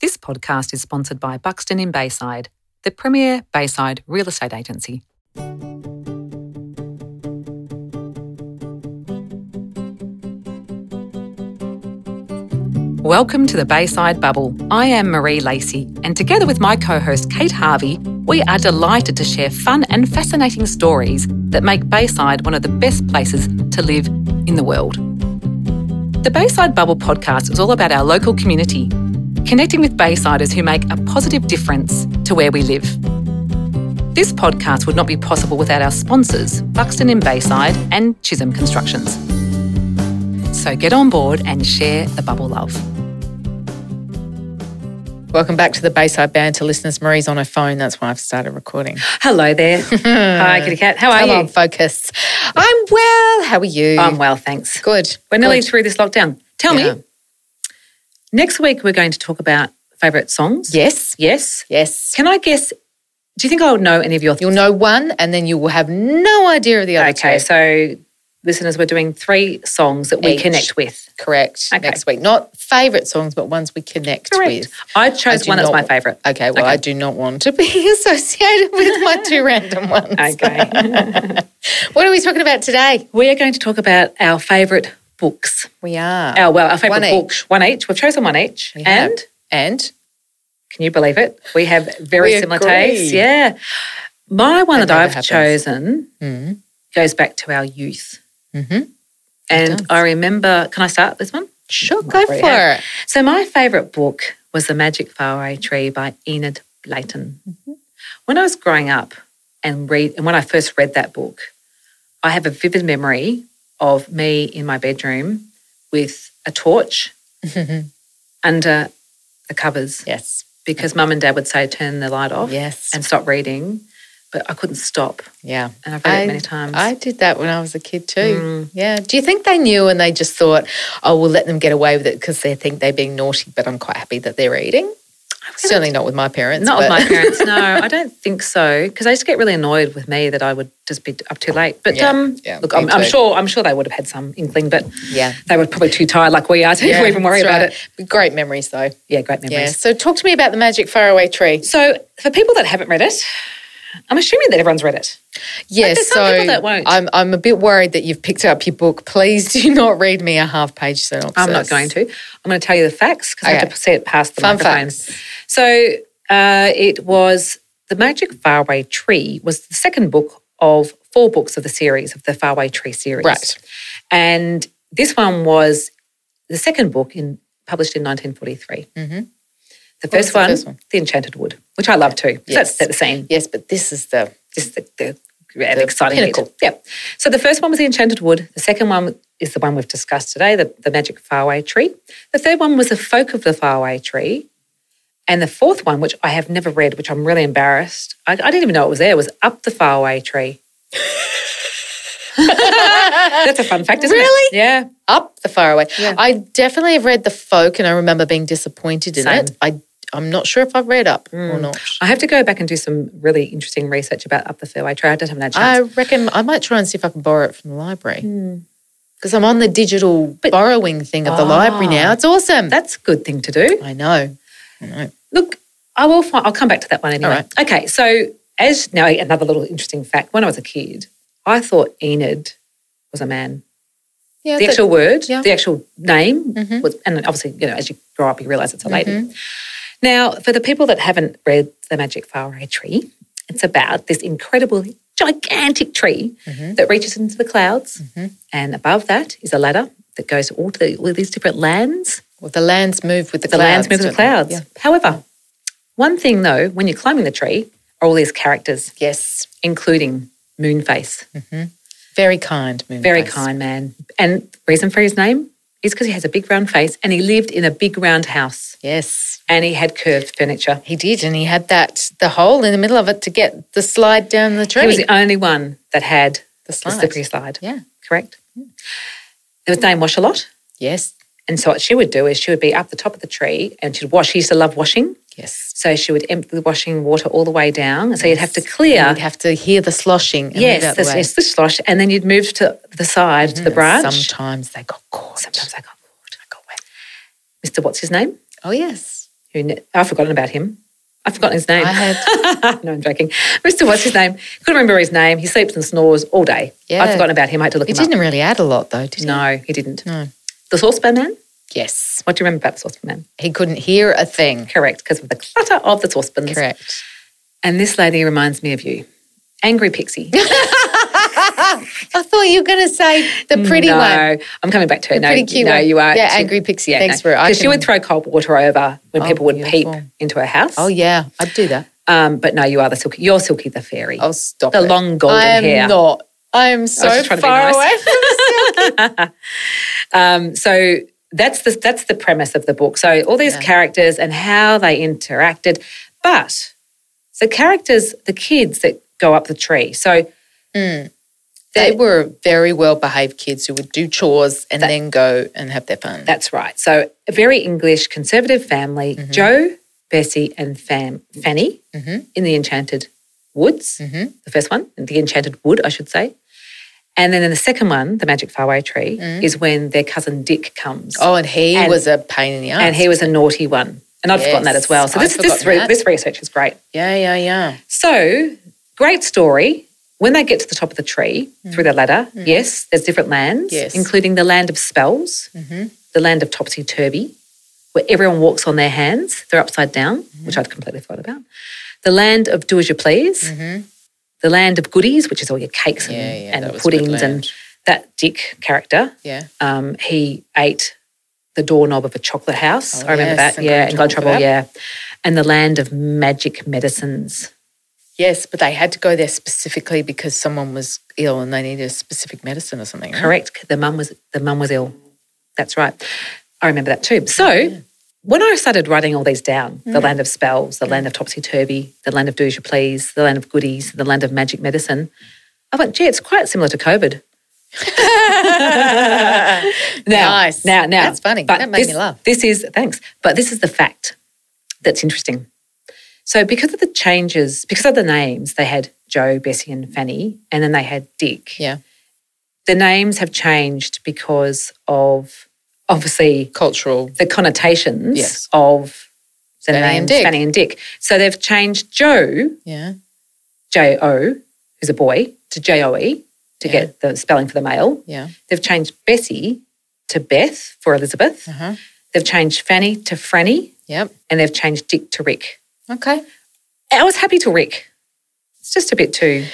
This podcast is sponsored by Buxton in Bayside, the premier Bayside real estate agency. Welcome to the Bayside Bubble. I am Marie Lacey, and together with my co host Kate Harvey, we are delighted to share fun and fascinating stories that make Bayside one of the best places to live in the world. The Bayside Bubble podcast is all about our local community, connecting with Baysiders who make a positive difference to where we live. This podcast would not be possible without our sponsors, Buxton in Bayside and Chisholm Constructions. So get on board and share the bubble love. Welcome back to the Bayside Banter listeners. Marie's on her phone. That's why I've started recording. Hello there. Hi, Kitty Cat. How are Come you? on, focus. I'm well. How are you? I'm well, thanks. good. We're nearly Good. through this lockdown. Tell Yeah. me, next week we're going to talk about favourite songs. Yes. Yes. Yes. Can I guess? Do you think I'll know any of your You'll know one and then you will have no idea of the other Okay, two. so listeners, we're doing three songs that we Each. connect with. Correct. Okay. Next week. Not favourite songs, but ones we connect with. I I chose do one that's not- my favourite. Okay, well, Okay. I do not want to be associated with my two random ones. Okay. What are we talking about today? we are going to talk about our favourite books. We are. Our well, our favourite One book. Ah, One each. We've chosen one each. We have. and and can you believe it? We have very We similar agree. tastes. Yeah. My one That that, never I've happens. chosen Mm. goes back to our youth. Mhm. And I remember, can I start this one? Sure, go for Right. it. So my favourite book was The Magic Faraway Tree by Enid Blyton. Mm-hmm. When I was growing up and read and when I first read that book, I have a vivid memory of me in my bedroom with a torch under the covers Yes. because mum and dad would say turn the light off Yes. and stop reading, but I couldn't stop yeah. and I've read I- it many times. I did that when I was a kid too. Mm. Yeah. Do you think they knew and they just thought, oh, we'll let them get away with it because they think they're being naughty, but I'm quite happy that they're eating? Certainly not with my parents. Not with but- my parents, no. I don't think so because I used to get really annoyed with me that I would just be up too late. But Yeah, um, yeah, look, me I'm, I'm too. sure I'm sure they would have had some inkling, but Yeah. they were probably too tired, like we are, to Yeah, even worry that's about right. it. But Great memories, though. Yeah, great memories. Yeah. So, talk to me about the magic faraway tree. So for people that haven't read it, I'm assuming that everyone's read it. Yeah. there's so, some people that won't. I'm, I'm a bit worried that you've picked up your book. Please do not read me a half page synopsis. I'm not going to. I'm going to tell you the facts because I have Okay. to see it past the Fun microphone. facts. So uh, it was The Magic Faraway Tree was the second book of four books of the series, of the Faraway Tree series. Right. And this one was the second book in published in 1943. Mhm. The was first, the one, first one? The Enchanted Wood, which I love too. So Yes. That's set the scene. Yes, but this is the. This is the, the, the exciting bit. pinnacle. Yep. So the first one was The Enchanted Wood. The second one is the one we've discussed today, the, the Magic Faraway Tree. The third one was The Folk of the Faraway Tree. And the fourth one, which I have never read, which I'm really embarrassed, I, I didn't even know it was there, was Up the Faraway Tree. That's a fun fact, isn't it? Really? Yeah. up the faraway. Yeah. I definitely have read the folk, and I remember being disappointed in Same. it. I I'm not sure if I've read up or Mm. not. I have to go back and do some really interesting research about Up the Fairway Trail. I don't have that I chance. reckon I might try and see if I can borrow it from the library Hmm. because I'm on the digital borrowing thing of the library now. Ah. It's awesome. That's a good thing to do. I know. Look, I will. Find, I'll come back to that one anyway. Okay, so as now another little interesting fact. When I was a kid, I thought Enid was a man. Yeah, the but- actual word, yeah. the actual name, Mhm. was, and obviously, you know, as you grow up, you realise it's a lady. Mhm. Now, for the people that haven't read The Magic Faraway Tree, it's about this incredible, gigantic tree Mhm. that reaches into the clouds, Mhm. and above that is a ladder that goes all to the, all these different lands. well, the lands move with the, The clouds. lands move in the don't they? clouds. Yeah. However, one thing though, when you're climbing the tree, are all these characters, Yes, including Moonface, very kind. Moonface. very kind man. And reason for his name is because he has a big round face, and he lived in a big round house, Yes, and he had curved furniture. he did, and he had that the hole in the middle of it to get the slide down the tree. He was the only one that had the the slide. slippery slide. Yeah. correct? There was name wash a lot. Yes. And so what she would do is she would be up the top of the tree and she'd wash. She used to love washing. Yes. So she would empty the washing water all the way down. And so you'd have to clear. You'd have to hear the sloshing. And yes, the, the, yes, the slosh. And then you'd move to the side, Mm-hmm. to the branch. Sometimes Mm. they got caught. oh, Sometimes I got bored. I got wet. Mr. What's his name? Oh yes, Who who ne- I've forgotten about him. I've forgotten his name. I had no, I'm joking. Mr. What's his name? Couldn't remember his name. He sleeps and snores all day. Yeah. I've forgotten about him. I had to look He him up. didn't really add a lot though, did he? No, he didn't. No. The saucepan man? Yes. What do you remember about the saucepan man? He couldn't hear a thing. Correct, because of the clutter of the saucepans. Correct. And this lady reminds me of you. Angry Pixie. I thought you were going to say the pretty Mm, no, one. I'm coming back to her. The No, pretty cute no, one. you are. Yeah, She- angry pixie. Yeah, Thanks for I Because she can- would throw cold water over when Oh, people would peep beautiful. into her house. Oh yeah, I do that. Um, but no, you are the silky. You're Silky the fairy. I'll stop. the it. long golden I am hair. not. I am so just trying to be far nice. away. From Um, so that's the that's the premise of the book. So all these Yeah. characters and how they interacted, but the characters, the kids that go up the tree. So Mm. they were very well behaved kids who would do chores and then go and have their fun. that's right. So a very English conservative family: Mm-hmm. Joe, Bessie, and Fam, Fanny Mhm. in the Enchanted Woods. Mhm. The first one, the Enchanted Wood, I should say. And then in the second one, the Magic Faraway Tree, is when their cousin Dick comes. Mm. oh, and he And- was a pain in the ass. and he was a naughty one. And I'd forgotten that as well. So Yes, this I'd this, forgotten re- that. this research is great. yeah, yeah, yeah. So great story. When they get to the top of the tree through the ladder, yes, there's different lands, Mm. Yes. including the land of spells, Mm-hmm. the land of topsy turvy, where everyone walks on their hands. They're upside down, Mm-hmm. which I'd completely forgot about. The land of do as you please, the land of goodies, which is all your cakes and, Mm. Mm-hmm. Yeah, yeah, and that was good puddings, and land. that Dick character Yeah. um, he ate the doorknob of a chocolate house. Oh, I remember yes, that. and Yeah, got in and got in trouble trouble. for Yeah, and the land of magic medicines. Yes, but they had to go there specifically because someone was ill and they needed a specific medicine or something. right? Correct. The mum was the mum was ill. That's right. I remember that too. So when I started writing all these down, the land of spells, the land of topsy turvy, the land of do as you please, the land of goodies, the land of magic medicine, I went, gee, it's quite similar to COVID. now, Nice. now, now, That's funny. but That made this- me laugh. This is thanks, but this is the fact that's interesting. So, because of the changes, because of the names, they had Joe, Bessie, and Fanny, and then they had Dick. Yeah. The names have changed because of obviously Cultural. the connotations Yes. of the Fanny and names Dick. Fanny and Dick. So they've changed Joe, Yeah. J O, who's a boy, to J O E to Yeah. get the spelling for the male. Yeah. They've changed Bessie to Beth for Elizabeth. Uh-huh. They've changed Fanny to Franny, Yep. and they've changed Dick to Rick. Okay. I was happy to Rick. It's just a bit too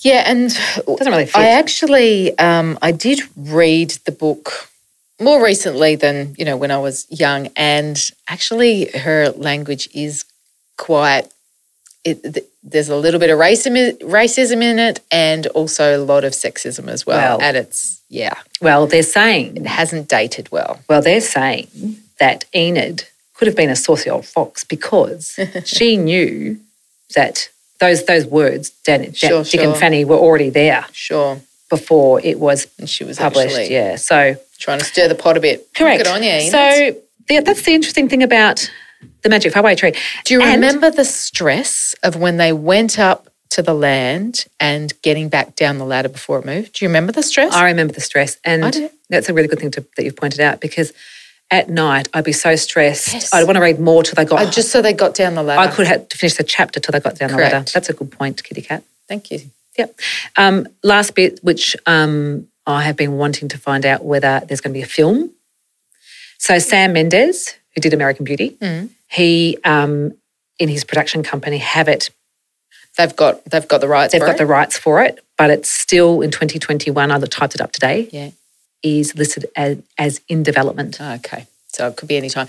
Yeah, and doesn't really fit. I actually um, I did read the book more recently than you know when I was young, and actually her language is quite. It, th- there's a little bit of racism racism in it, and also a lot of sexism as Well. well. and it's yeah, well, they're saying it hasn't dated well. well, they're saying that Enid could have been a saucy old fox because she knew that those those words Dan, Dan- Sure, Dick sure. and Fanny were already there Sure, before it was and she was published. actually Yeah, so trying to stir the pot a bit. correct. Good on you. Enid. so the, that's the interesting thing about the Magic Fairway Tree. Do you And- remember the stress of when they went up to the land and getting back down the ladder before it moved? Do you remember the stress? I remember the stress, I and do. that's a really good thing to, that you've pointed out because at night I'd be so stressed. Yes. I'd want to read more till they got. Oh, just so they got down the I ladder. could have to finish the chapter till they got down the ladder. Correct. That's a good point, Kitty Cat. Thank you. Yep. Um, last bit, which um, I have been wanting to find out whether there's going to be a film. So Sam Mendes, who did American Beauty, Mm. he um, in his production company have it. They've got they've got the rights. They've for got it. the rights for it, but it's still in 2021. I typed it up today. Yeah. Is listed as, as in development. Oh, okay. So it could be any time.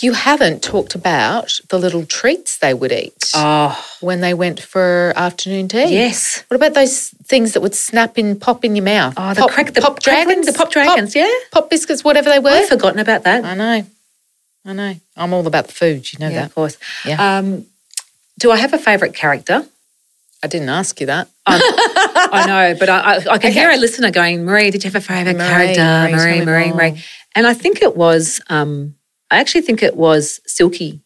You haven't talked about the little treats they would eat Oh when they went for afternoon tea. yes. What about those things that would snap in, pop in your mouth? Oh, the pop, crack, the pop dragons, the pop dragons. yeah, pop biscuits, whatever they were. I've forgotten about that. I know, I know. I'm all about the food. You know yeah, that. of course. Yeah. Um, do I have a favourite character? I didn't ask you that. Oh, I know, but I, I, I can Okay. hear a listener going, Marie, did you have a favourite Marie, character? Marie, tell Marie, me Marie, more. Marie. And I think it was, um, I actually think it was Silky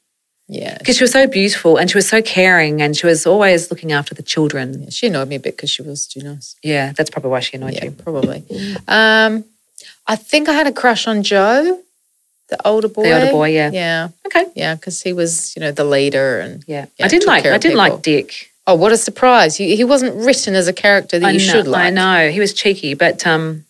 Yeah. because she was so beautiful and she was so caring and she was always looking after the children. She annoyed me a bit because she was too nice. Yeah, that's probably why she annoyed Yeah, you. probably. Um, I think I had a crush on Joe. the older boy. The older boy, yeah. Yeah, Okay. yeah, because he was, you know, the leader, and Yeah. Yeah, I did took like care I of did people. like Dick. oh, what a surprise! He, he wasn't written as a character that I you know, should like. I know. He was cheeky, but um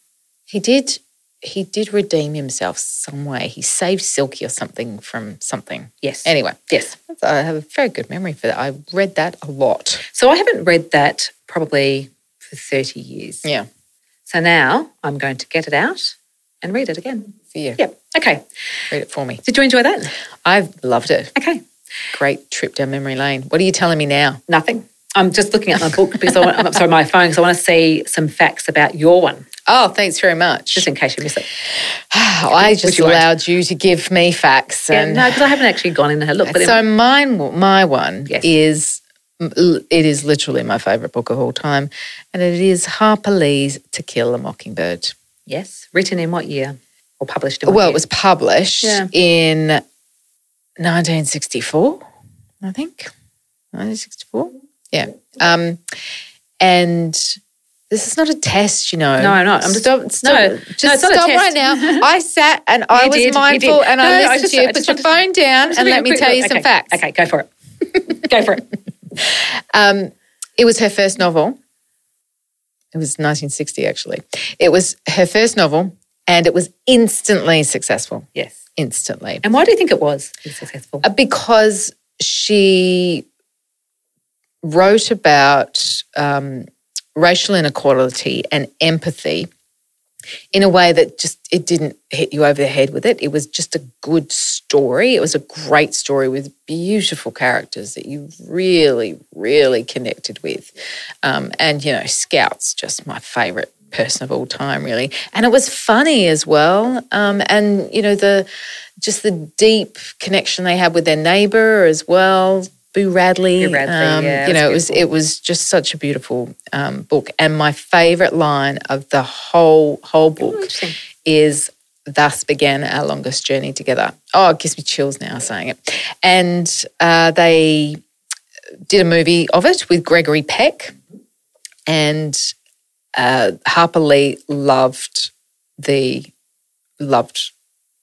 He did. He did redeem himself some way. He saved Silky or something from something. yes. Anyway, yes. I have a very good memory for that. I read that a lot. So I haven't read that probably for 30 years. Yeah, So now I'm going to get it out and read it again. for you. Yep. Okay. Read it for me. Did you enjoy that? I've loved it. Okay. Great trip down memory lane. What are you telling me now? Nothing. I'm just looking at my book because I want, I'm sorry, my phone because I want to see some facts about your one, Oh, thanks very much. just in case you miss it. I just you won't. allowed you to give me facts. Yeah, And no, because I haven't actually gone in and had a look. But so mine, my one Yes. is, it is literally my favorite book of all time. And it is Harper Lee's To Kill a Mockingbird. yes, written in what year or published in? What Well, year? it was published Yeah. in 1964, I think. 1964? Yeah. Um, and this is not a test, you know. No, I'm not. I'm just- stop, stop, no, just no, it's not a stop test. right now. I sat and I You was did, you mindful did. and No, I no, I listened just- to you. I Put just your phone down Just and having let a me quick tell you look. some Okay, facts. Okay, go for it. go for it. Um, it was her first novel. It was 1960, actually. It was her first novel, and it was instantly successful. Yes. Instantly. And why do you think it was successful? Uh, Because she wrote about um, racial inequality and empathy in a way that just it didn't hit you over the head with it. It was just a good story. It was a great story with beautiful characters that you really, really connected with. Um, and you know, Scout's just my favorite person of all time, really. And it was funny as well. Um, and you know, the just the deep connection they had with their neighbor as well. Boo Radley, um, Boo Radley, yeah, you know, it it was was it was just such a beautiful um, book. And my favorite line of the whole whole book Oh, interesting. is thus began our longest journey together. Oh, it gives me chills now saying it. And uh, they did a movie of it with Gregory Peck, and uh, Harper Lee loved the loved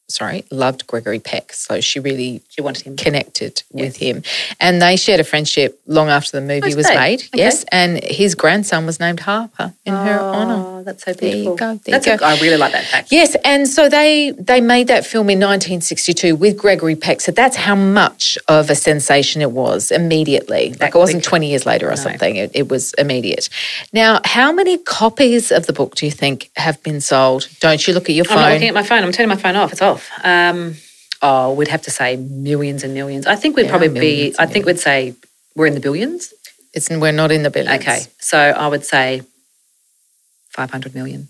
sorry loved Gregory Peck, so she really She wanted him. connected with him, and they shared a friendship long after the movie did was they? made. Okay. Yes, and his grandson was named Harper in her honor. Oh, that's so There you beautiful. go, there you that's go. A, I really like that fact. Yes, and so they they made that film in 1962 with Gregory Peck. So that's how much of a sensation it was immediately. like it wasn't quick. 20 years later or something. It, it was immediate. Now, how many copies of the book do you think have been sold? Don't you look at your I'm not phone? looking at my phone. I'm turning my phone off. It's off. Um, oh, we'd have to say millions and millions. I think we'd probably be. millions I think we'd say we're in the billions. it's we're not in the billions. Okay, so I would say five hundred million.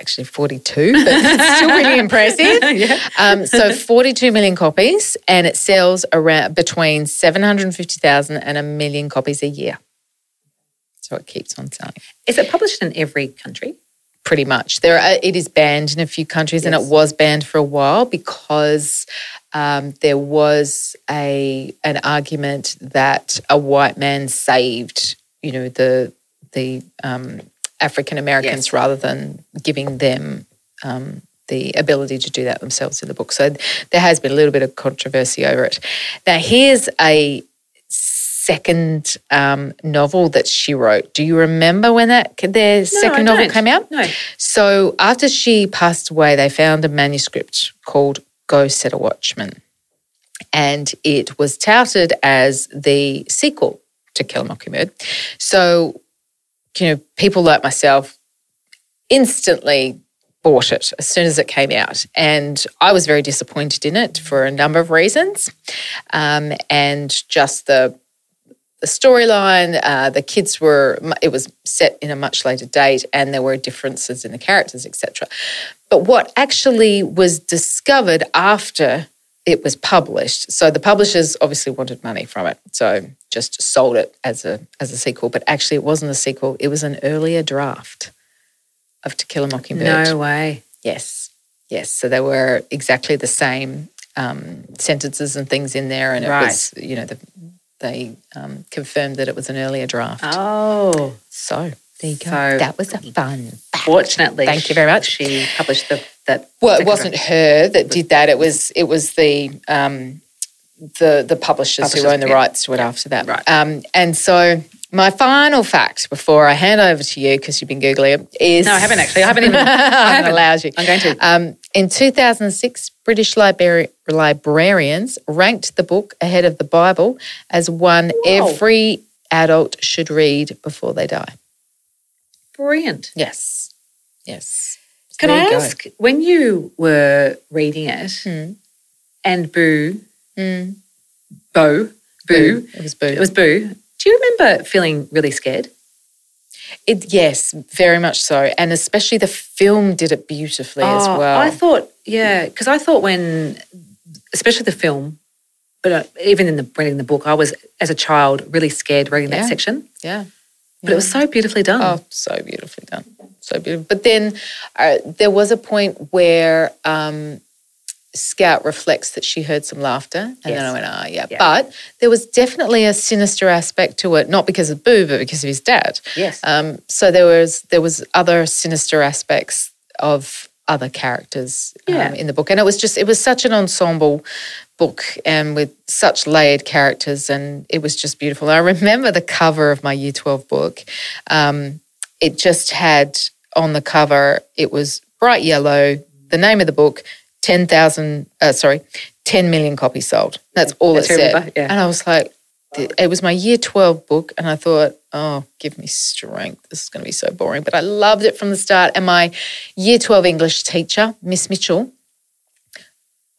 actually 42, but it's still really impressive. yeah. Um, so 42 million copies, and it sells around between 750,000 and a million copies a year. So it keeps on selling. Is it published in every country? pretty much. There, are, it is banned in a few countries, and Yes. it was banned for a while because um, there was a an argument that a white man saved, you know, the the um, African Americans Yes. rather than giving them. Um, the ability to do that themselves in the book. So there has been a little bit of controversy over it. Now, here's a second um, novel that she wrote. Do you remember when that their second I novel don't. came out? No. So after she passed away, they found a manuscript called Go Set a Watchman. And it was touted as the sequel to Kill a Mockingbird. So, you know, people like myself instantly bought it as soon as it came out. And I was very disappointed in it for a number of reasons. Um, and just the the storyline. Uh, the kids were it was set in a much later date, and there were differences in the characters, etc. But what actually was discovered after it was published, so the publishers obviously wanted money from it, so just sold it as a as a sequel. But actually, it wasn't a sequel; it was an earlier draft of To Kill a Mockingbird. No way. Yes, yes. So they were exactly the same um, sentences and things in there, and it Right. was you know the, they um, confirmed that it was an earlier draft. Oh, So there you go. So- that was a fun. fortunately. Thank you very much. She published the that Well, particular- it wasn't her that did that. It was it was the um, the the publishers, who Publishers, own the yeah. rights to it after that. Right. Um, and so my final fact before I hand over to you because you've been googling it is No, I haven't actually. I haven't even- I haven't. allowed you. I'm going to. Um, in 2006, British libra- librarians ranked the book ahead of the Bible as one Wow. every adult should read before they die. Brilliant. Yes. Yes. So Can there I you go. ask, when you were reading it Hmm. and Boo, Mm. Bo, Boo, It was boo. it was Boo, do you remember feeling really scared? It, yes, very much so. And especially the film did it beautifully as Oh, well. I thought, yeah, because I thought when, especially the film, but uh, even in the reading the book, I was as a child really scared reading that Yeah. section. yeah. But it was so beautifully done. Oh, so beautifully done. So beautiful. But then uh, there was a point where um, Scout reflects that she heard some laughter. And then Yes. I went, ah, yeah. Yeah. But there was definitely a sinister aspect to it, not because of Boo, but because of his dad. yes. Um, so there was there was other sinister aspects of other characters um, Yeah. in the book, and it was just it was such an ensemble book and with such layered characters, and it was just beautiful. And I remember the cover of my Year Twelve book. Um, it just had on the cover it was bright yellow. The name of the book, ten thousand. Uh, sorry, ten million copies sold. That's all That's it very said. remember- yeah. And I was like, it was my year 12 book and i thought oh give me strength this is going to be so boring but i loved it from the start and my year 12 english teacher miss mitchell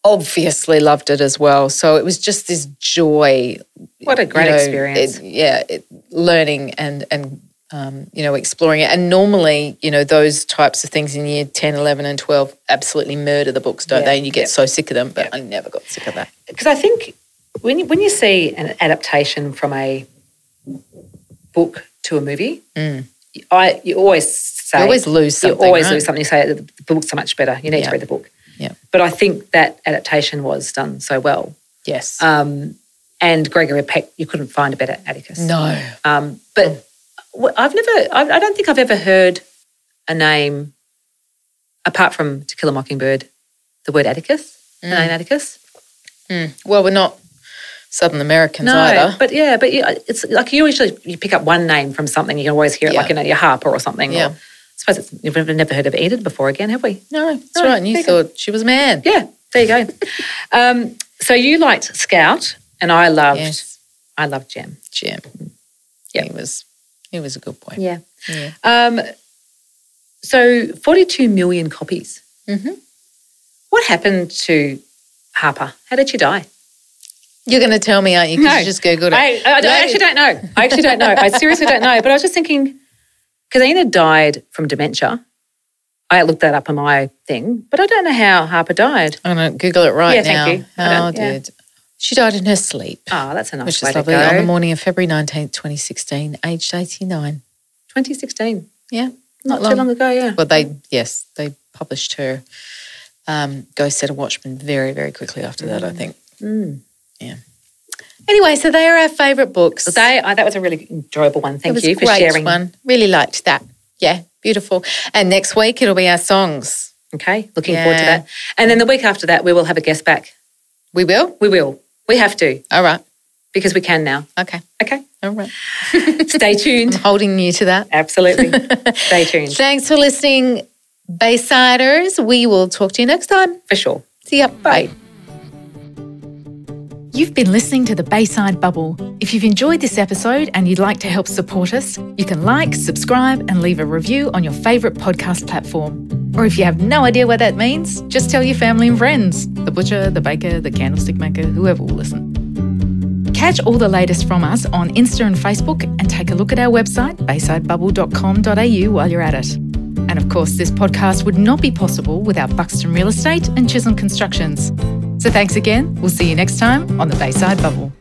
obviously loved it as well so it was just this joy what a great you know, experience. it- yeah it, learning and and um, you know exploring it and normally you know those types of things in year 10 11 and 12 absolutely murder the books don't Yeah, they and you get yeah. so sick of them but i never got sick of that because I think when you, when you see an adaptation from a book to a movie, Mm. I you always say you always lose you something always right? lose something. You say the the book's so much better. You need Yeah. to read the book. Yeah. But I think that adaptation was done so well. yes Um, and Gregory Peck, you couldn't find a better Atticus. no Um, but wh- I've never, I I don't think I've ever heard a name apart from To Kill a Mockingbird, the word Atticus, Mm. the name Atticus. Mm-hmm. Well, we're not Southern Americans No, either. but yeah, but you, it's like you usually you pick up one name from something, you can always hear it Yeah. like in a, your harp or something. or- Yeah. I suppose it's, you've never- never heard of Enid before again, have we? No, that's No, right. And you there thought she was a man. Yeah, there you go. um, so you liked Scout, and I loved, Yes, I loved Gem. Jim. Yeah. He was he was a good boy. Yeah. Yeah. Um, so 42 million copies. Mm-hmm. Mhm. What happened to Harper? How did she die? You're going to tell me, aren't you? Because No. you just googled it. I, I, I Lady- actually don't know. I actually don't know. I seriously don't know. But I was just thinking, because Enid died from dementia. I looked that up on my thing, but I don't know how Harper died. I'm going to Google it right Yeah, thank now. you. I How don't- yeah. did she died in her sleep? Oh, that's a nice Which way is lovely. to go. On the morning of February 19th, 2016, aged 89. 2016. Yeah, Not, not too long. long ago, yeah. Well, they, yes, they published her um, Ghost Set of Watchmen very, very quickly after that, I think. Mm. Anyway, so they are our favourite books. So they, I, that was a really enjoyable one. It Thank was you for great sharing. One really liked that. Yeah, beautiful. And next week it'll be our songs. Okay, looking forward to Yeah. that. And then the week after that, we will have a guest back. We will. We will. We have to All right. because we can now. Okay. Okay, All right. stay tuned. Holding you to that. Absolutely. Stay tuned Thanks for listening, Baysiders. We will talk to you next time. for sure. See ya. Bye. You've been listening to the Bayside Bubble. If you've enjoyed this episode and you'd like to help support us, you can like, subscribe, and leave a review on your favourite podcast platform. Or if you have no idea what that means, just tell your family and friends the butcher, the baker, the candlestick maker, whoever will listen. Catch all the latest from us on Insta and Facebook and take a look at our website, baysidebubble.com.au, while you're at it. And of course, this podcast would not be possible without Buxton Real Estate and Chisholm Constructions. So thanks again. We'll see you next time on the Bayside Bubble.